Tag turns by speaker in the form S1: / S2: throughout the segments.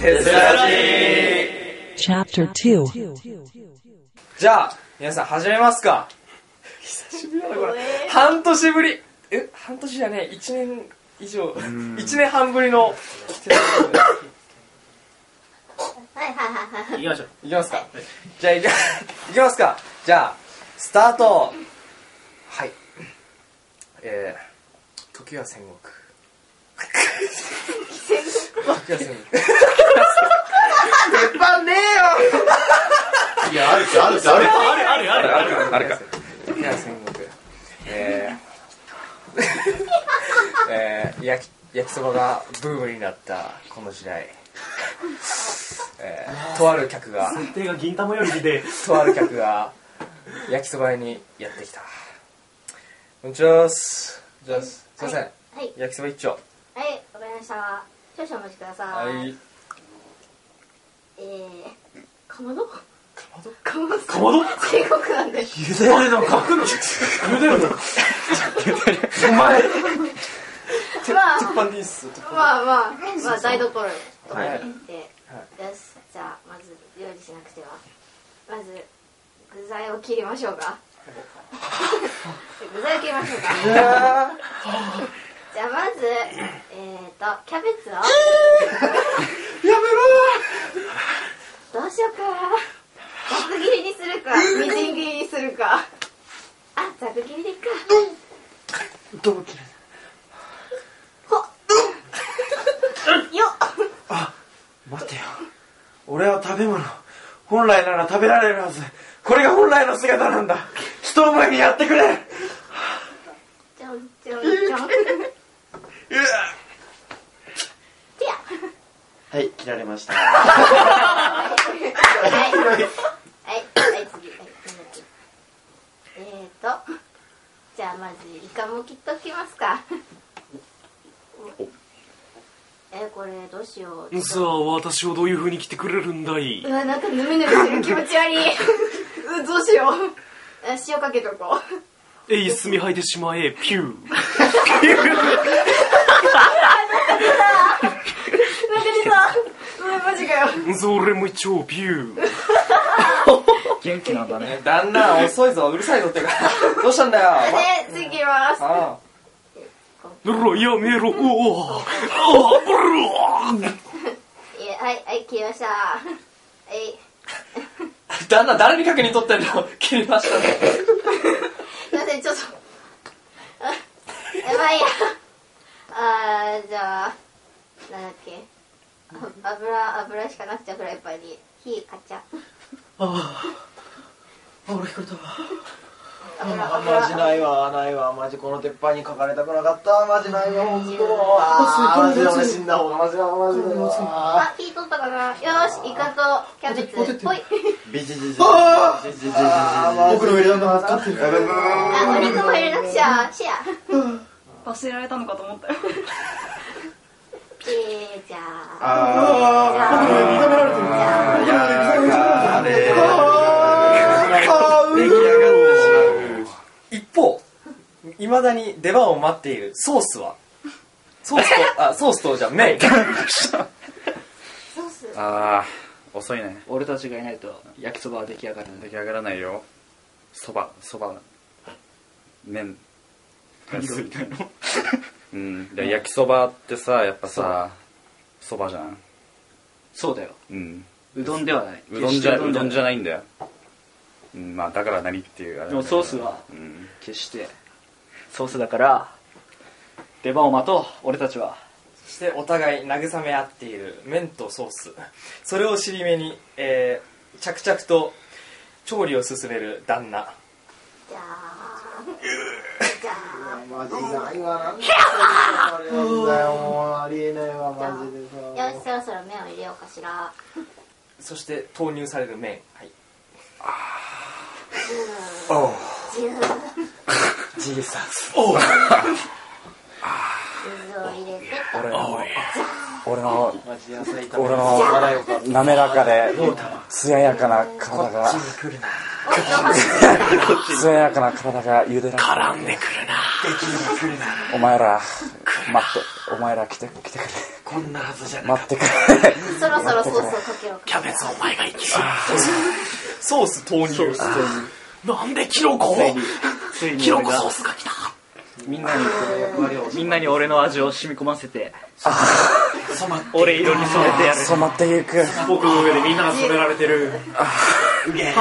S1: テスラジー
S2: Chapter 2.
S1: じゃあ、皆さん始めますか。久しぶりだな、これ。 半年ぶり。え、半年じゃねえ、1年以上、1年半ぶりのテスラジーです。
S3: はいはいはいはい。
S4: 行きましょう。
S1: いきますか。じゃあ、いきいきますか。じゃあ、スタート。はい。えー、時は戦国。時は戦国。
S4: 鉄板ねえよ
S5: いや、あるって、あるって、ある
S4: あるあるあるある。
S1: あれか。時は戦国。えー、 えー、焼き、焼きそばがブームになったこの時代。えー、とある客が。
S4: 設定が銀玉よりひで
S1: とある客が焼きそば屋にやってきたこんにちはっすじゃあすすいません、
S3: はい、
S1: 焼きそば一丁
S3: はい、わかりました。少々お待ちください。えー、かまどかまどかまど
S4: かまど
S3: 帝国なんで。
S4: ゆでるのか。ゆでるのか。お前。
S3: まあ、
S1: 鉄板でいいっす
S3: まあまあ、まあ台所で。
S1: はいはい
S3: で、よし、じゃあまず料理しなくては。まず、具材を切りましょうか。具材を切りましょうか。じゃあまず、えーと、キャベツを。
S1: や
S3: どうしようかざく切りにするかみじん切りにするかあざく切りでいっか
S4: どう切る
S3: ほっよっ
S4: 待てよ。俺は食べ物。本来なら食べられるはず。これが本来の姿なんだ。人思いにやってくれ。
S3: ちょんちょんちょんてや
S4: はい、切られました。
S3: はいはいはい次はいなんだっけえーとじゃあまずイカも切っときますかえこれどうしよう
S6: さあ、私をどういう風に来てくれるんだいう
S3: わなんかぬめぬめする気持ち悪いうんどうしようあ塩かけとこう
S6: えい、墨吐いてしまえ、ピュー。
S3: なんか出たうわマジかよ
S6: それも一応、ピュー。
S7: 元気なん だね。
S1: べろだんだん遅いぞうるさいぞってかどうしたんだよ
S3: で次いきます
S1: あ
S6: ぬろ、やめろ、おお。ああ、ブルー。
S3: いやはいはい切りましたはい
S1: あだんだん誰に確認取ってん の切りましたね
S3: すいませんちょっとあやばいやあーじゃあなんだっけあ油油しかなくちゃフライパンに火かっちゃ
S4: あ、俺これだわ。
S3: 油
S4: あマジ
S3: 油
S4: ないわないわマジこの鉄板に書かれたくなかったマジないわ本当
S3: あ
S4: あマジで俺死んだ方がマジだマジだわ
S3: あ火取ったかなよーしイカとキャベツほい
S5: ビジジジ。
S4: あ
S5: ビジジジ。
S4: ー僕の上のがってる
S3: あお肉も入れなくちゃシェア
S8: 忘れられたのかと思ったよ。
S3: えー、じゃあ
S5: あ
S3: じゃあ
S5: ー、やがれ。
S1: 出来上がってしまう一方いまだに出番を待っているソースはソースとあソースとじゃあメイン
S3: ソース
S7: あー、遅いね。
S9: 俺たちがいないと焼きそばは出来上がらない
S7: 出来上がらないよ。そば、そば、麺。
S9: 色み たいな
S7: うん。で焼きそばってさ、やっぱさ、そばじゃん。
S9: そうだよ
S7: うん。
S9: うどんではないう
S7: どんじゃ、
S9: 決して
S7: うどんじゃ
S9: ない
S7: ないんだよ。うん、まあ、だから何っていうあれ
S9: でもソースは
S7: うん。
S9: 決してソースだから出番を待とう俺たちは
S1: そしてお互い慰め合っている麺とソースそれを尻目に、えー着々と調理を進める旦那
S3: じゃあじゃあ
S4: マジないわなんだよなんだよもうありえないわマジでさ
S3: よしそろそろ麺を入れようかしら
S1: そして投入される麺、はい、
S3: ジュー
S1: ジーサス
S3: スを入れて
S10: 俺の、
S4: マジ野菜食べ
S10: 俺の滑らかで、艶やかな体
S3: お
S10: が、つやかな体が茹でられ絡んでくるなお前ら待ってお前ら来て来てくれ
S4: こんなはずじゃ
S10: 待ってくれ
S3: そろそろソースをかけろ
S6: キャベツお前が生きる
S1: ソース投入
S6: なんでキノコ
S9: ついについに
S6: キノ
S9: 俺
S6: コ
S9: が
S6: ソースが来た
S9: みんなにみんなに俺の味を染み込ませて
S4: 染まって
S9: 俺色に染めてやる
S10: 染まってゆく
S6: 僕の上でみんなが染められてる
S4: うげえ
S3: よ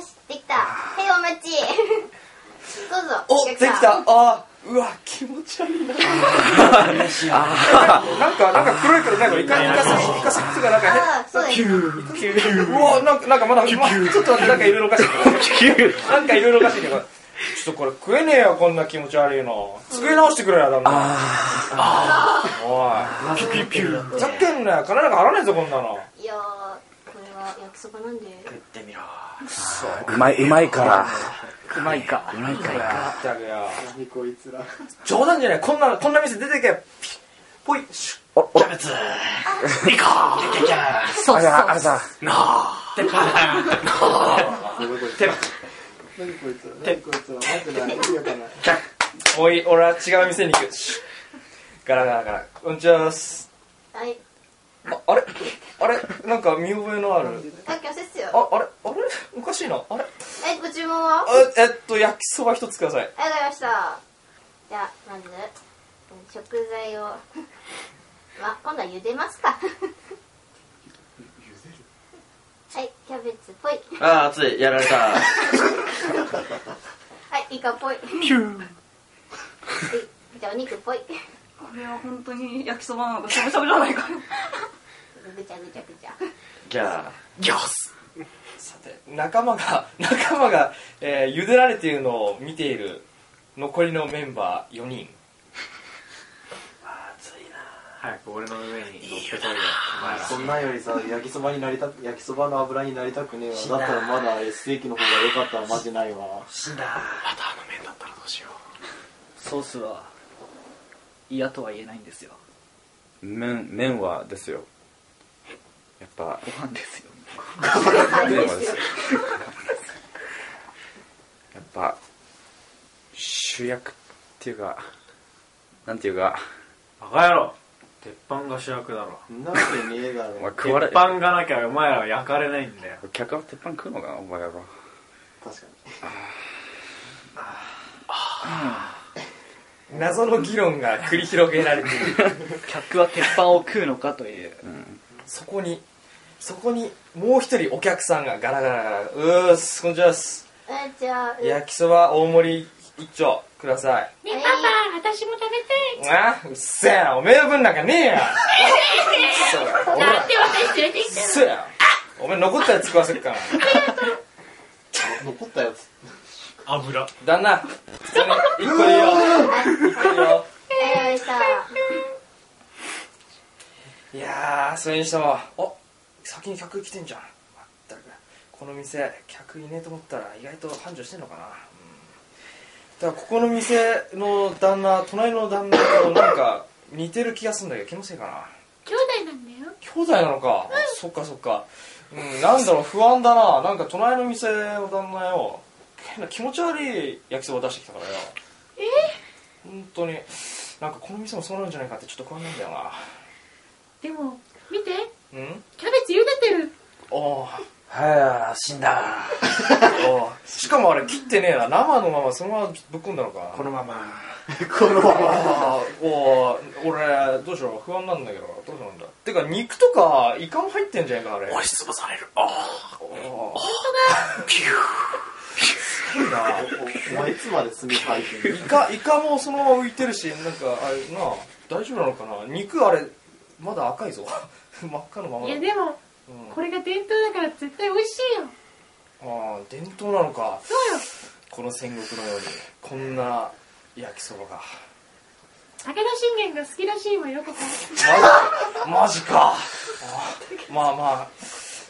S3: しできたはいお 待ちどうぞ
S1: お
S3: お
S1: で
S3: 客
S1: き
S3: さん
S1: たああうわ気持ち悪いななんかなんか黒いからなんかイカイカサイカサがなんか変
S3: あーそうだよ
S1: うわなんかなんかまだまちょっと待ってなんかいろいろおかしいなんかいろいろおかしいけどちょっとこれ食えねえよこんな気持ち悪いの机直してくれよ旦那ああおいピュピュピュふざけんなよ金なんか払わないぞこんなの
S3: いやーこれは焼きそばなんで
S10: うまいうまいから
S9: うまいかうまいか
S1: ってあげよ冗談じゃないこんなこんな店出てけピュぽいシュッ
S10: おお
S4: キャベツ
S6: リカー
S4: キャキャ
S10: あれだあれだ
S6: なあ
S1: もういい俺は違う店に行くシュッガラガラガラこんにちはっす
S3: はい
S1: ああれあれなんか見覚えのある
S3: さっきおせっすよ
S1: ああれあれおかしいなあれ
S3: えご注文は
S1: あえっと焼きそば一つください
S3: ありがとうございましたじゃあまず食材を まあ今度は茹でます かはいキャベツぽい
S5: あー、熱い。やられた。
S3: はいイカぽい
S6: ピュー
S3: はいじゃあお肉ぽい
S8: これは本当に焼きそばなのかしゃぶしゃぶじゃないか
S3: ぐちゃぐちゃぐちゃ
S5: じゃあ、
S6: ギャス
S1: さて仲間が 仲間が、えー茹でられているのを見ている残りのメンバー4人
S6: 早く俺の上に乗っけたいよお前ら
S5: そんなんよりさ、焼きそばになりた、焼きそばの油になりたくねえわ。だったらまだあれステーキの方が良かったらマジないわ。
S6: またあの麺だったらどうしよう
S9: ソースは嫌とは言えないんですよ
S7: 麺麺はですよやっぱ
S9: ご飯ですよ
S7: 麺はですよやっぱ主役っていうかなんていうか、
S6: バカ野郎鉄板が主役だろ
S5: そんなわけねえだろ。
S7: まあ、
S6: 鉄
S7: 食われ
S6: 板がなきゃお前らは焼かれないんだよ
S7: 客は鉄板食うのかなお前ら
S5: 確かに。
S1: 謎の議論が繰り広げられている
S9: 客は鉄板を食うのかという
S1: そこにそこにもう一人お客さんがガラガラガラうーっすこんにちはっす
S3: うんじゃあうん
S1: 焼きそば大盛り一丁ください
S3: はい
S1: あうっせえなおめえの分なんかねえや
S11: なんで私連れてき
S1: うっせえなお前残ったやつ食わせっから
S5: 残ったやつ。
S6: 油
S1: 旦那それ一個でいいよ一個でいいよ
S3: はいした
S1: いやーそれにしてもお先に客来てんじゃんまったくこの店客いねえと思ったら意外と繁盛してんのかな、うん、だからここの店の旦那隣の旦那となんか似てる気がするんだけど気のせいかな
S11: 兄弟なんだよ
S1: 兄弟なのか、そっかそっかうんなんだろう不安だななんか隣の店の旦那よ変な気持ち悪い焼きそば出してきたからよえ本当になんかこの店もそうなるんじゃないかってちょっと不安なんだよな
S11: でも見て
S1: うん
S11: キャベツ茹でてる
S1: おー
S4: はぁ、死んだ
S1: おーしかもあれ切ってねえな生のままそのままぶっ込んだのか
S4: このま ま
S1: あーおー俺どうしよう不安なんだけどどうしようんだてか肉とかイカも入ってんじゃねえかあれ
S6: 押しつぶされるあ
S1: おー
S6: あピュ
S1: いいな
S5: お前いつまで炭入ってん
S1: イカイカもそのまま浮いてるしなんかあれなあ大丈夫なのかな肉あれまだ赤いぞ 真っ赤のまま
S11: い
S1: だ、
S11: や
S1: うん、
S11: でもこれが伝統だから絶対美味しいよ
S1: ああ伝統なのか
S11: そうよ
S1: この戦国のようにこんな焼きそばが
S11: 武田信玄が好きらしいわよここ
S1: マジマジかあーまあまあ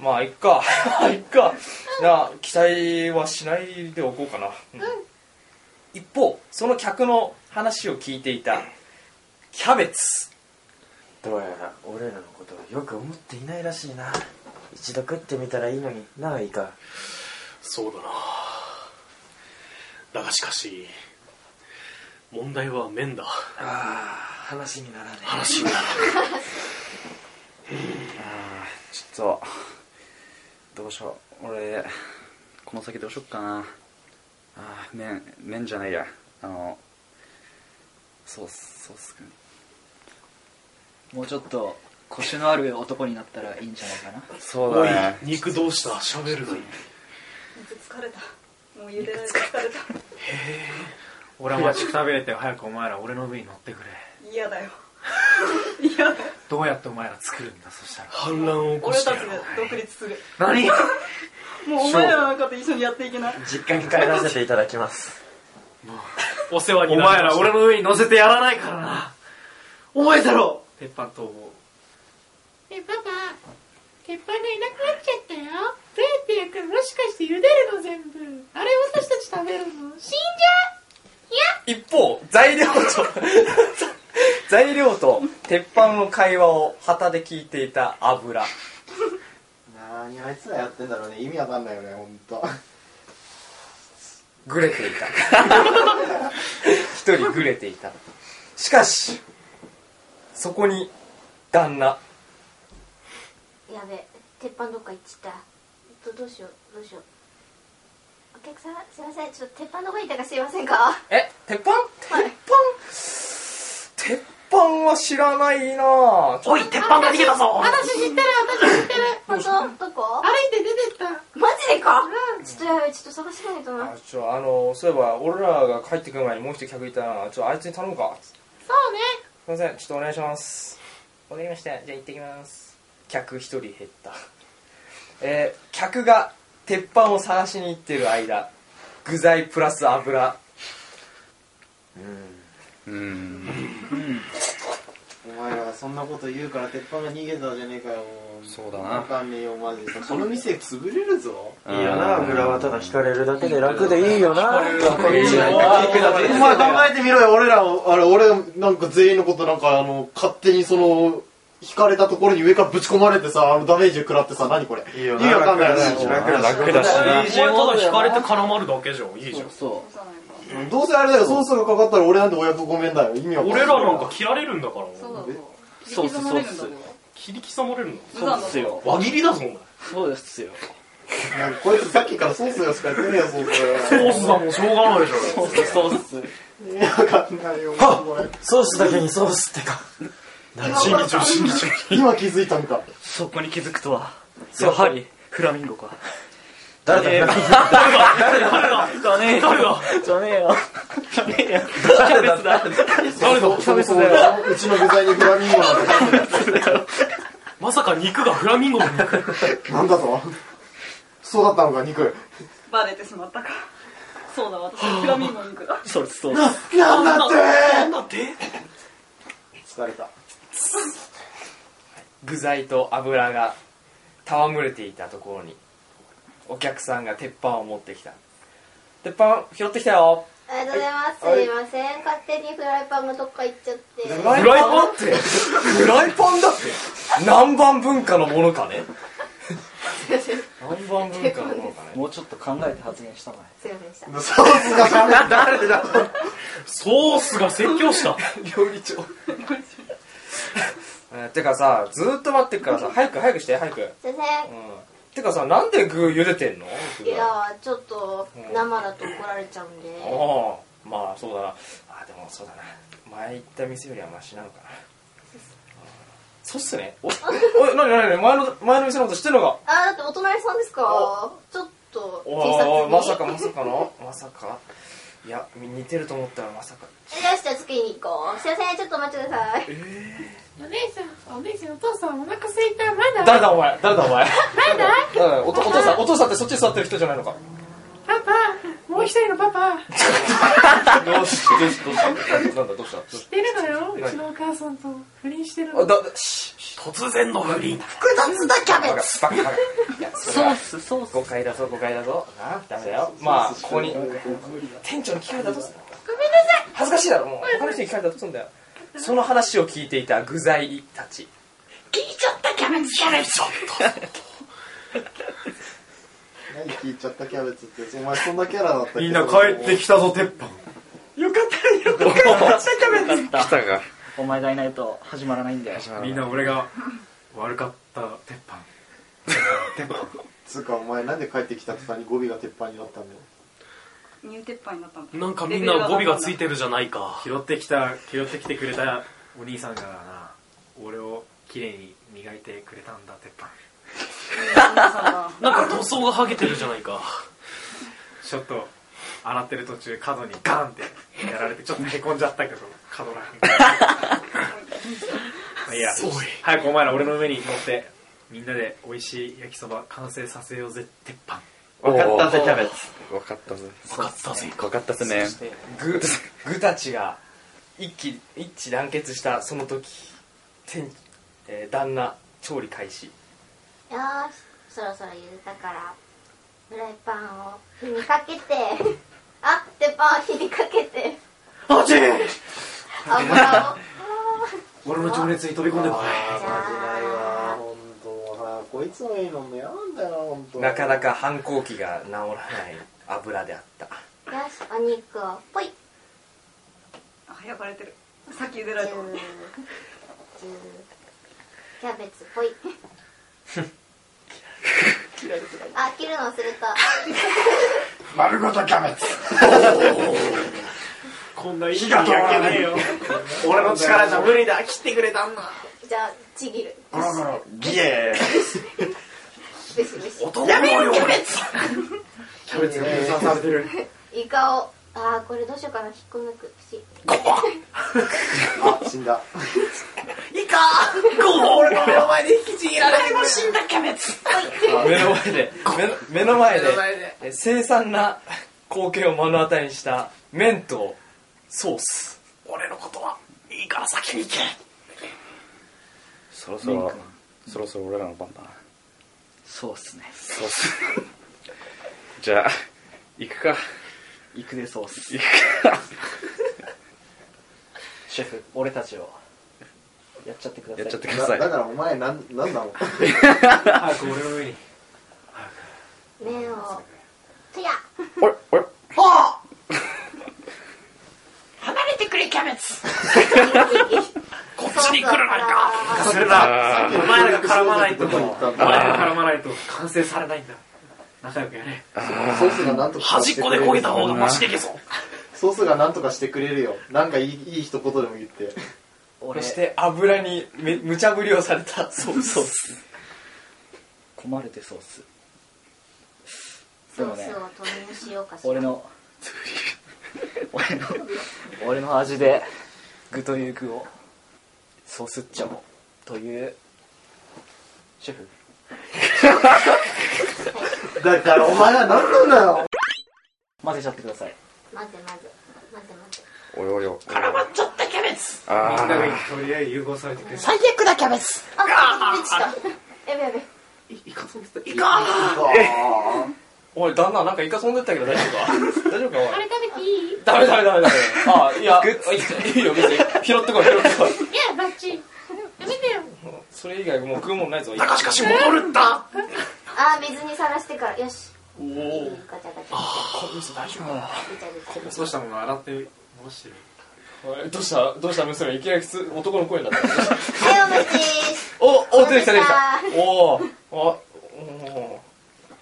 S1: まあいっか まあいっかな期待はしないでおこうかな、うん一方その客の話を聞いていたキャベツ
S4: どうやら俺らのことをよく思っていないらしいな一度食ってみたらいいのになあいいか
S6: そうだなだがしかし問題は麺だ
S4: ああ話にならねえ
S6: 話にならね
S10: ちょっとどうしよう俺この先どうしよっかなあー麺麺じゃないやあのそうっすそうっすかね
S9: もうちょっと腰のある男になったらいいんじゃないかな
S10: そうだね
S6: おい肉どうした喋るのに
S8: 疲れたもう茹でられて疲れ
S12: 俺は待ちくたびれて早くお前ら俺の上に乗ってくれ
S8: た嫌 だよ
S12: どうやってお前ら作るんだそしたら
S6: 反乱を
S8: 俺たちで独立する
S12: 何
S8: もうお前らなんかと一緒にやっていけない
S4: 実家に帰らせていただきます
S6: お世話に
S12: お
S6: なりまし
S12: 前ら
S6: た
S12: 俺の上に乗せてやらないからな覚えてろ
S6: 鉄板と思う
S11: え、パパ、鉄板がいなくなっちゃったよ。どうやって焼くのもしかして茹でるの全部。あれ私たち食べるの死んじゃういや
S1: 一方材料と 材料と鉄板の会話を旗で聞いていた油
S5: なーにあいつらやってんだろうね意味わかんないよねほんと
S1: グレていた一人グレていたしかしそこに旦那
S3: やべ鉄板どっか行っちゃったどどうしようどうしようお客様すいませんちょっと鉄板の方にいたかすいませんか
S1: え鉄板鉄板は知らないなぁおい鉄板が逃げたぞ
S11: 私知ってる、私知ってる。
S3: 本当どこ
S11: 歩いて出てった。
S3: マジでか
S11: う
S3: ちょっとやべちょっと探してないとな
S1: ちょあのそういえば俺らが帰ってくる前にもう一人客いたなちょあいつに頼むかす
S11: そうね。
S1: いませんちょっとお願いしますわかりましたじゃあ行ってきます客一人減った えー客が鉄板を探しに行ってる間具材プラス油
S10: うん
S5: お前らがそんなこと言うから鉄板が逃げたじゃねえかよそうだ
S10: な
S5: わかんねえよマジでこの店潰れるぞ
S4: いいよな油はただ引かれるだけで楽でいいよなこっちなんか聞くだけで
S5: お前考えてみろよ俺らをあれ俺なんか全員のことなんかあの勝手にその引かれたところに上からぶち込まれてさあのダメージ食らってさ何これいいよ意味わかんないし
S6: いいじゃんお前ただ引かれて絡まるだけじゃんいいじゃん
S5: どうせあれだよソースがかかったら俺なんて親分ごめんだよ意味わかんない
S6: 俺らなんか切られるんだから
S5: そうそうそうそう
S6: 切り刻まれるの
S5: 無残だぞそうっすよ
S6: 輪切りだぞお前
S9: そうですよ
S5: なんかこいつさっきからソースよしかやってねえよソース
S6: ソースだもんしょうがないでしょ
S5: ソースソース意味わかんないよ
S4: はソースだけにソースってか
S5: 審議中審議中今気づいたんか
S9: そこに気づくとは
S4: そう
S9: やはりフラミンゴか
S4: 誰だ
S9: えー誰だ誰だじゃねえよじゃねえよじゃねえよ誰だ
S5: 誰だ
S9: 差別だよ
S5: うちの具材にフラミンゴなんて
S6: まさか肉がフラミンゴの肉
S5: なんだとそうだったのか肉
S8: バレてしまったかそうだ 私はフラミンゴ肉だ
S9: そうですそう
S5: ですなんだってなん
S6: だって
S5: 疲れた
S1: 具材と油が戯れていたところにお客さんが鉄板を持ってきた鉄板拾ってきたよ
S3: ありがとうございます、
S1: はい
S3: すいません勝手にフライパンがどっか行っちゃって
S1: フライパンってフライパンだって南蛮文化のものかね南蛮文化のものかね
S9: もうちょっと考えて発言したま
S3: すいませんでした
S5: えソースが
S6: 誰だソースが説教した
S1: 料理長 えーてかさずーっと待ってるからさ早く早くして早く、うん、
S3: すいません
S1: てかさなんで具茹でてんの
S3: いやーちょっと生だと怒られちゃうんで
S1: ああまあそうだなあでもそうだな前行った店よりはマシなのかなそうっすねおおい何何何前の前の店のこと知ってんのか
S3: あーだってお隣さんですかちょっと T シャ
S1: お
S3: ツ
S1: ー
S3: に
S1: まさかまさかのまさかいや似てると思ったらま さか
S3: よしじゃあ作りに行こうすいませんちょっとお待ちください
S11: お姉さん、お姉さん、お父さんお腹すいた。まだ
S1: 誰だお前誰だお 前
S11: まだ
S1: うんおとお父さんお父さんってそっちに座ってる人じゃないのか
S11: パパ、もう一人のパパ、
S1: よしどうしどうしたなんだどうしたどうし
S11: 出るのよ。
S1: はいう
S11: ちのお母さんと不倫してる
S1: たあ
S11: の。
S1: だ突然の不倫複雑だキャベツバカバカいやそれは
S9: ソー
S1: ス誤解だぞ誤解だぞなダメだよまあここに店長に聞かれたらどうすんの
S11: ごめんなさい。
S1: 恥ずかしいだろもう他の人に聞かれたらどうすんだよその話を聞いていた具材たち
S11: 聞いちゃったキャベツキャベツ。
S5: 何聞いちゃったキャベツってお前そんなキャラだったっけ
S7: みんな帰ってきたぞ鉄板
S9: よかったよかったよかった
S7: 来たが
S9: お前がいないと始まらないんだよ
S12: みんな俺が悪かった鉄板
S5: つうかお前なんで帰ってきた途端に語尾が鉄板になったんだよ
S8: ニュー鉄板になったんだ
S6: なんかみんな語尾がついてるじゃないか
S12: 拾ってきた拾ってきてくれたお兄さんがな俺を綺麗に磨いてくれたんだ鉄板
S6: なんか塗装が剥げてるじゃないか
S12: ちょっと洗ってる途中角にガンってやら れてちょっとへこんじゃったけど角らへんいや
S6: すごい
S12: 早くお前ら俺の上に乗ってみんなで美味しい焼きそば完成させようぜ鉄板
S10: 分かったぜキャベ
S7: 分かったぜ
S10: 分かったぜ分かったぜね
S1: そして ググたちが一気一致団結したその時天、えー旦那調理開始
S3: よーしそろそろゆでたからフライパンを火にか けてあ鉄板を火にかけて
S12: あち
S3: 油を
S12: 俺の情熱に飛び込んでこ
S5: あ負けないわ本当もうなこいつのいいのも嫌なんだよ本当
S1: なかなか反抗期が治らない油であった
S3: よしお肉をポイ
S8: あ焼かれてるさっき茹でられたのに
S3: ジューキャベツポイあ切るのすると
S4: 丸ごとキャベツ
S12: こんな
S4: 火が通らない よ
S12: 俺の力じゃ無理だ切ってくれたんだ
S3: じゃあちぎる
S4: ゴロゴロギエ
S3: ビシビシ
S4: ーやめよキャベツ
S12: キャベツが計算されてる
S3: イカをあーこれどうしようかな引っこ抜くプチ
S5: あ死んだ
S9: いかゴー俺の目の前で引きちぎられても死んだキャベツ
S1: 目の前で目の目の前でえー凄惨な光景を目の当たりにした麺とソース
S9: 俺のことはいいから先に行け
S10: そろそろそろそろ俺らの番だな
S9: そうっすね
S10: そうっすじゃあ行くか
S9: 行くでそうっす
S10: 行くか
S9: シェフ俺たちをやっちゃってください
S10: やっちゃってくだ
S5: だ
S10: さい
S5: だからお前なんなんなの
S12: 早く俺の上に
S3: 麺をとや
S9: 離れてくれキャベツ
S3: こっちに来るないか
S12: それだお前らが絡まないとお前
S5: 行ったんだ
S12: らが絡まないと完成されないんだ仲良くやれ
S5: ソースがなんとか
S6: 端っこで
S5: こ
S6: 焦げた方がマシでけそう
S5: ソースがなんとかしてくれるよなんかいいいい一言でも言って
S9: 俺
S1: そして油にめ無茶ぶりをされたソース
S9: 困るでそうっす
S3: ソースを投入しようかしら
S9: 俺の俺の俺の味で具という具をそうすっちゃおうというシェフ
S5: だからお前は何なんだよ
S9: 混ぜちゃってください
S3: 待て待て待て待て
S10: およおよ
S9: 絡まっちゃったキャベツ
S10: あ
S12: みんなが
S10: あ
S12: とりあえず融合されてくれ
S9: 最悪だキャベツ
S3: あっ 落ちたやべやべ
S1: おい旦那なんかイカ飛んでったけど大丈夫か大丈夫かおい
S11: あれ食べていいい
S1: ダメダメダメダメあいやいいよ別に拾ってこい拾ってこい
S11: やバッチリやめてよ
S1: それ以外もう食うもんないぞ
S6: だがしかし戻るんだ
S3: あー水にさらしてからよしおおガチャガチャガチャガチャガチャガチ
S12: そうしたもの洗って戻してる
S1: おいどうしたどうした娘いきなり普通男の声になった
S3: ャはいお待ちです
S1: おお出てきた出てきたおーおお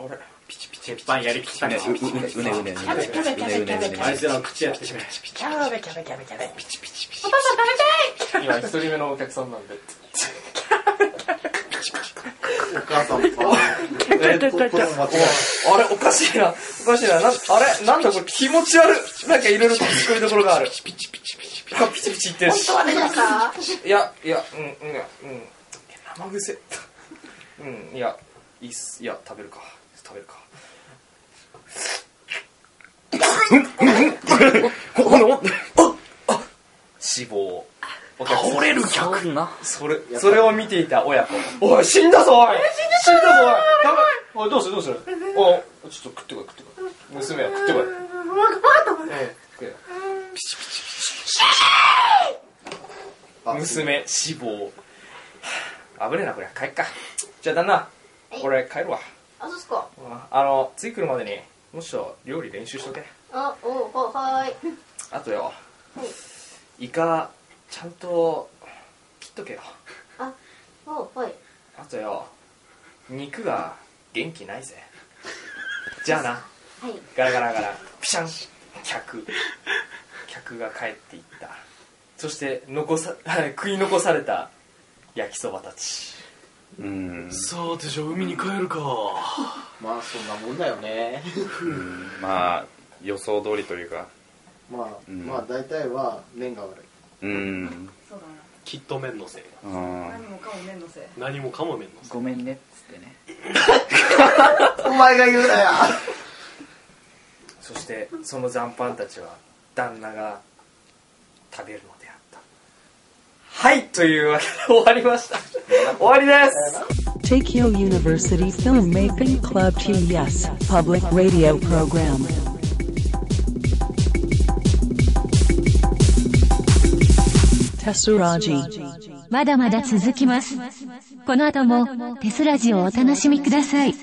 S1: おあれ
S12: 鉄板やりきった
S10: うね
S12: か
S10: うねうねうね
S11: 食べ食べ食べ食べ食べ食べ
S12: あいつらの口やってくれ
S11: おパパ食べたい
S1: 今一人目のお客さんなんで
S5: お母さんもえとと間違
S1: あれおかしいなおかしいななあれなんだこれ気持ち悪いなんかいろいろと作りどころがあるピチピチピチピチピチピチ言ってるし
S3: 食べたか
S1: いやいやうんうんうんいや生癖うんいやいいっすいや食べるか食べるか死亡お客さん
S6: 倒れる客
S9: そんな
S1: それそれを見ていた親子おい死んだぞおい死んだぞおいやばいおいどうするどうするおいちょっと食ってこい食ってこい娘は食ってこいええ食えよ娘死亡はあ危ねえなこれ帰っかじゃあ旦那俺帰るわ
S3: あ、そうっすか。
S1: あの次来るまでにもっしょ料理練習しとけ
S3: あ、おう、は、はーい。
S1: あとよ
S3: はい。
S1: イカちゃんと切っとけよ
S3: あ、おう、はい。
S1: あとよ肉が元気ないぜじゃあな
S3: はい。
S1: ガラガラガラピシャン客客が帰っていったそして残さ 食い残された焼きそばたち
S10: うん
S6: さてじゃあ海に帰るか
S5: まあそんなもんだよね
S10: まあ予想通りというか
S5: まあ、
S10: うん
S5: まあ大体は麺が悪い
S10: うん
S8: そうだね
S12: きっと麺のせい
S10: うん
S8: 何もかも麺のせい
S12: 何もかも麺の
S9: ごめんねっつってね
S5: お前が言うなよ
S1: そしてその残飯たちは旦那が食べるのであったはいというわけで終わりました終わりです
S2: Tokyo University Filmmaking Club TES Public Radio Program. Tesuraji.
S13: まだまだ続きます。この後もテスラジをお楽しみください。